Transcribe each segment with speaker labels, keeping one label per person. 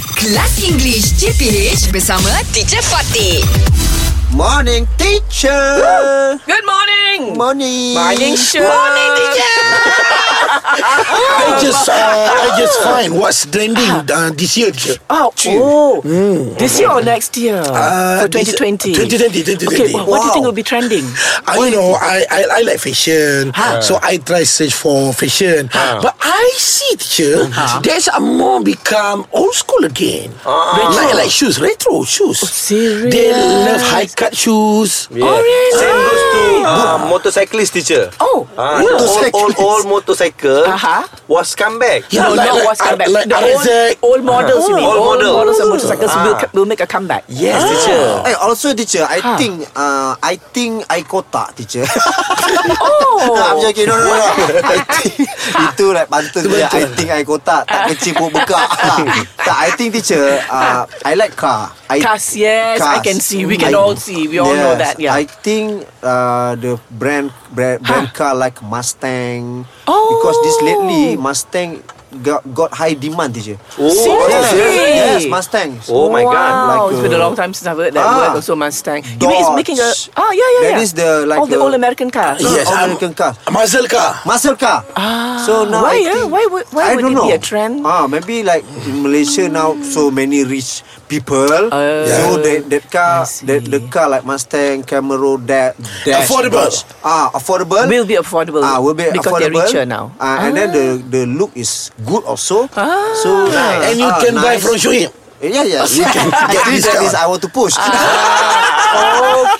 Speaker 1: Kelas English CPH bersama Teacher Fatih.
Speaker 2: Morning, teacher.
Speaker 3: Good morning.
Speaker 2: Morning.
Speaker 3: sure. Morning, teacher.
Speaker 4: I just uh, I just find what's trending uh, this year. Mm. teacher.
Speaker 3: Oh, oh. this year or next year?
Speaker 4: Uh,
Speaker 3: For
Speaker 4: 2020, 2020.
Speaker 3: 2020. Okay, what do you think will be trending?
Speaker 4: I you know I, I I like fashion, so I try search for fashion. But I see teacher, there's a more become old school again. Like, like shoes, retro shoes.
Speaker 3: Oh, serious?
Speaker 4: They love high cut shoes.
Speaker 3: Oh, really?
Speaker 5: Same
Speaker 2: Ah.
Speaker 5: goes to uh, motorcyclist teacher.
Speaker 3: Oh,
Speaker 5: Ah, the old, old, old motorcycle
Speaker 3: Aha.
Speaker 5: was come back.
Speaker 4: Yeah, like-
Speaker 3: no, no,
Speaker 4: like- uh,
Speaker 3: what's come back?
Speaker 4: like
Speaker 3: the old,
Speaker 4: Isaac.
Speaker 3: old models,
Speaker 2: ah.
Speaker 3: you mean?
Speaker 5: Old model.
Speaker 3: models and motorcycles will, co- will make a comeback.
Speaker 5: Yes,
Speaker 3: Ah.
Speaker 5: teacher.
Speaker 2: Hey, Eh, also teacher, I
Speaker 3: Ha.
Speaker 2: think uh, I think I kotak teacher. I'm
Speaker 3: Oh,
Speaker 2: just kidding. No, no, no. I think, itu like pantun je. I think I kotak tak kecil pun buka. tak, I think teacher, uh, I like car. I
Speaker 3: cars, yes,
Speaker 2: cars.
Speaker 3: I can see. We can
Speaker 2: I-
Speaker 3: all see. We all
Speaker 2: Yes,
Speaker 3: know that, yeah.
Speaker 2: I think uh, the brand brand, brand car like Mustang
Speaker 3: Oh.
Speaker 2: because this lately Mustang got, got high demand teacher.
Speaker 5: Oh,
Speaker 3: Seriously?
Speaker 2: Yes, yes, Mustang.
Speaker 5: Oh my
Speaker 3: wow,
Speaker 5: God.
Speaker 2: Like
Speaker 3: it's been a
Speaker 2: a-
Speaker 3: long time since I've heard that
Speaker 2: Ah.
Speaker 3: word. Also, Mustang. You mean it's making a
Speaker 2: Dodge.
Speaker 3: ah yeah yeah yeah.
Speaker 2: That is the, like
Speaker 3: all the
Speaker 2: a-
Speaker 3: old American cars.
Speaker 2: Yeah.
Speaker 4: Yes,
Speaker 2: all
Speaker 4: I'm-
Speaker 2: American car.
Speaker 4: a muscle car.
Speaker 2: Muscle car. Ah, so now
Speaker 3: why,
Speaker 2: I
Speaker 3: eh?
Speaker 2: think,
Speaker 3: Why would- why
Speaker 2: I
Speaker 3: would
Speaker 2: don't
Speaker 3: it be
Speaker 2: know.
Speaker 3: a trend?
Speaker 2: Ah, maybe like in Malaysia now so many rich people.
Speaker 3: Oh.
Speaker 2: so that that car, that the car like Mustang, Camaro, that that-
Speaker 4: Affordable.
Speaker 2: Ah, affordable.
Speaker 3: Will be affordable.
Speaker 2: Ah, will be
Speaker 3: because
Speaker 2: affordable.
Speaker 3: they're richer now.
Speaker 2: Ah, and then the the look is good also. Ah. So nice.
Speaker 4: And you
Speaker 2: Ah,
Speaker 4: can buy
Speaker 2: nice. Eh,
Speaker 4: from Shoeim.
Speaker 2: Yeah, yeah. You can
Speaker 4: get
Speaker 2: get this. That is
Speaker 4: discount.
Speaker 2: I want to push.
Speaker 3: Ah,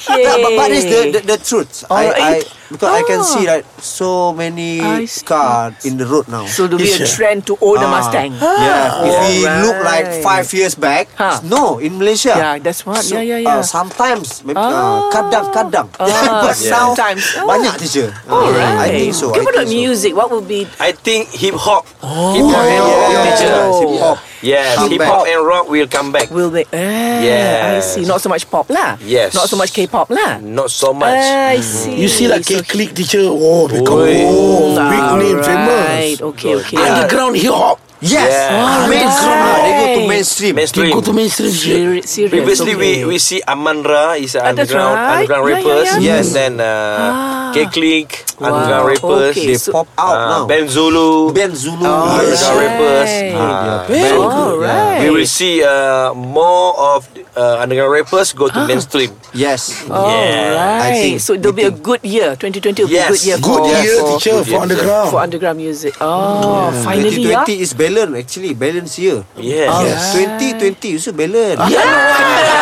Speaker 3: okay.
Speaker 2: No, but, but it's the, the, the truth.
Speaker 3: Alright.
Speaker 2: I, I because I can
Speaker 3: Oh, Ah.
Speaker 2: see like so many
Speaker 3: I see.
Speaker 2: car in the road now.
Speaker 3: so there'll be a
Speaker 4: Yes, sir.
Speaker 3: trend to own
Speaker 2: Ah,
Speaker 3: a Mustang.
Speaker 2: Yeah, if we
Speaker 3: Alright.
Speaker 2: look like five years back,
Speaker 3: Huh.
Speaker 2: no, in Malaysia.
Speaker 3: Yeah, that's what.
Speaker 2: So,
Speaker 3: yeah,
Speaker 2: Uh,
Speaker 3: yeah, yeah.
Speaker 2: sometimes, maybe
Speaker 3: Ah.
Speaker 2: uh, kadang-kadang.
Speaker 3: Ah,
Speaker 2: but now,
Speaker 3: sometimes. Oh. Ah.
Speaker 2: banyak teacher. Ah,
Speaker 3: All right.
Speaker 2: I think so. I
Speaker 3: Okay, what
Speaker 2: think
Speaker 3: about
Speaker 2: so.
Speaker 3: music? What would be?
Speaker 5: I think hip hop. Hip hop and
Speaker 2: Yeah,
Speaker 5: rock,
Speaker 2: yeah,
Speaker 5: teacher.
Speaker 2: yeah,
Speaker 3: Oh.
Speaker 2: hip hop.
Speaker 5: Yes,
Speaker 2: Come
Speaker 5: hip
Speaker 2: back.
Speaker 5: hop and rock will come back.
Speaker 3: Will be. Eh, I
Speaker 5: Yes.
Speaker 3: see. Not so much pop lah.
Speaker 5: Yes.
Speaker 3: Not so much K-pop lah.
Speaker 5: Not so much. Mm-hmm.
Speaker 3: I see.
Speaker 4: You see that
Speaker 3: So- Ah,
Speaker 4: K click teacher. Oh, become
Speaker 5: Oi.
Speaker 4: oh, big name,
Speaker 3: Alright,
Speaker 4: famous.
Speaker 3: Okay, okay.
Speaker 4: Underground hip hop.
Speaker 2: Yes,
Speaker 5: Yeah.
Speaker 2: Ah, mainstream. now. They go to
Speaker 3: Alright.
Speaker 2: mainstream.
Speaker 4: They
Speaker 5: Mainstream.
Speaker 4: go to mainstream. teacher.
Speaker 3: Seri- serious.
Speaker 5: Previously,
Speaker 3: okay.
Speaker 5: we we see Amandra is an
Speaker 3: Ah, that's
Speaker 5: underground
Speaker 3: right. Yeah,
Speaker 5: underground
Speaker 3: yeah,
Speaker 5: rappers.
Speaker 3: yeah. Ah.
Speaker 5: Yes, then uh, K Click underground
Speaker 3: Wow,
Speaker 5: rappers.
Speaker 3: okay.
Speaker 2: They
Speaker 3: So-
Speaker 2: pop out
Speaker 5: Uh,
Speaker 2: now.
Speaker 5: ben Zulu. uh,
Speaker 2: Ben Zulu.
Speaker 5: Underground
Speaker 2: yes.
Speaker 3: right.
Speaker 5: rappers.
Speaker 3: Right.
Speaker 5: Ah,
Speaker 3: Very
Speaker 5: Ben-
Speaker 3: good. Alright.
Speaker 5: We will see uh, more of uh, underground rappers go
Speaker 3: Ah.
Speaker 5: to mainstream.
Speaker 2: Yes.
Speaker 3: Oh. Alright.
Speaker 2: I think-
Speaker 3: so there'll be a
Speaker 2: I think-
Speaker 3: good year. 2020 will
Speaker 5: Yes,
Speaker 3: be a good year
Speaker 4: Good
Speaker 3: for,
Speaker 4: year,
Speaker 3: for,
Speaker 4: teacher,
Speaker 5: good year,
Speaker 4: for underground.
Speaker 3: for underground music. Oh, finally, yeah.
Speaker 2: 2020 is balance actually balance year.
Speaker 5: Yes.
Speaker 3: Ah.
Speaker 2: Yes. 2020 is balance. Ah, Yeah.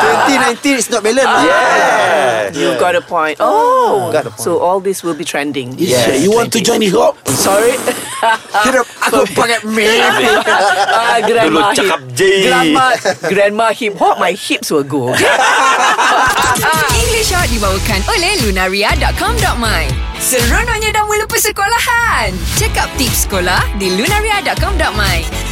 Speaker 2: 2019 is not balance.
Speaker 5: Yes.
Speaker 3: You got a point. Oh,
Speaker 2: Got a point.
Speaker 3: so all this will be trending.
Speaker 4: Yes,
Speaker 5: Yes,
Speaker 4: you want to join hip hop?
Speaker 3: Sorry,
Speaker 2: Ah, Kira aku pakai meme.
Speaker 3: Ah,
Speaker 5: Dulu
Speaker 3: grandma.
Speaker 5: cakap
Speaker 3: hip-
Speaker 5: J.
Speaker 3: grandma, grandma hip hop. My hips will go.
Speaker 1: English Hot dibawakan oleh lunaria.com.my Seronoknya dah mula persekolahan. Check up tips sekolah di lunaria.com.my